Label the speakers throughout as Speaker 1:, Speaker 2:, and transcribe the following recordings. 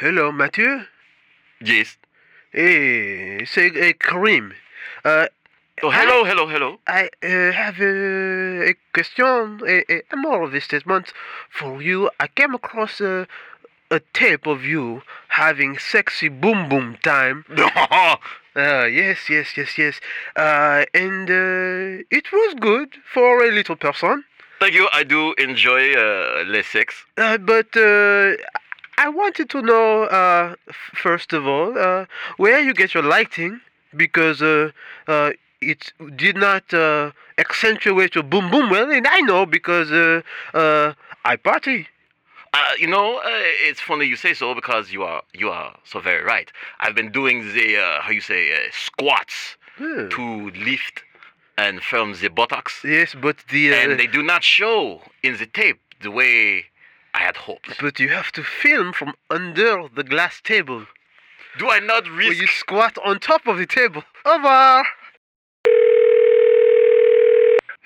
Speaker 1: Hello, Mathieu
Speaker 2: Yes.
Speaker 1: Hey, c'est uh, Karim. Uh,
Speaker 2: Oh, hello, hello, hello.
Speaker 1: I uh, have a, a question, a, a, a more of a statement for you. I came across a, a tape of you having sexy boom boom time. Uh, yes, yes, yes, yes. Uh, and uh, it was good for a little person.
Speaker 2: Thank you. I do enjoy uh, les sex.
Speaker 1: Uh, but uh, I wanted to know, uh, f- first of all, uh, where you get your lighting because uh, uh, it did not uh, accentuate your boom boom well, and I know because uh, uh, I party.
Speaker 2: Uh, you know, uh, it's funny you say so because you are you are so very right. I've been doing the uh, how you say uh, squats
Speaker 1: Hmm.
Speaker 2: to lift and firm the buttocks,
Speaker 1: Yes, but the uh,
Speaker 2: and they do not show in the tape the way I had hoped.
Speaker 1: but you have to film from under the glass table
Speaker 2: Do I not
Speaker 1: where
Speaker 2: risk?
Speaker 1: you squat on top of the table. Over.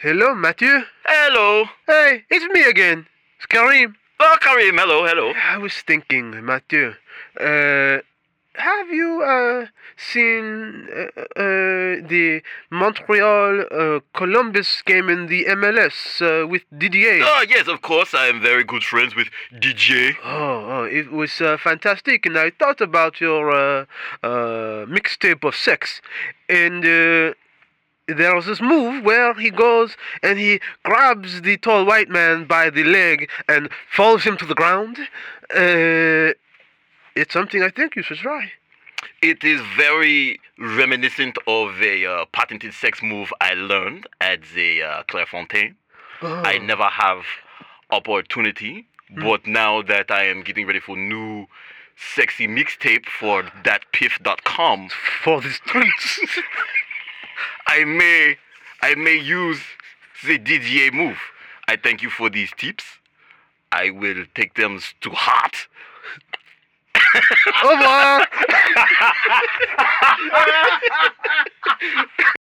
Speaker 1: Hello, Mathieu.
Speaker 2: Hello,
Speaker 1: Hey, it's me again. It's Karim.
Speaker 2: oh Karim. Hello, hello.
Speaker 1: I was thinking, Mathieu, uh, have you uh, seen uh, uh, the Montreal uh, Columbus game in the MLS uh, with Didier?
Speaker 2: Oh yes, of course. I am very good friends with DJ.
Speaker 1: Oh, oh, it was uh, fantastic, and I thought about your uh, uh, mixtape of sex, and uh, there was this move where he goes and he grabs the tall white man by the leg and falls him to the ground. Uh, it's something I think you should try.
Speaker 2: It is very reminiscent of a uh, patented sex move I learned at the uh, Clairefontaine. I
Speaker 1: Oh.
Speaker 2: never have opportunity, but now that I am getting ready for new sexy mixtape for thatpiff.com,
Speaker 1: Oh, For the streets.
Speaker 2: I may I may use the DDA move. I thank you for these tips. I will take them to heart.
Speaker 1: Oh, Au revoir.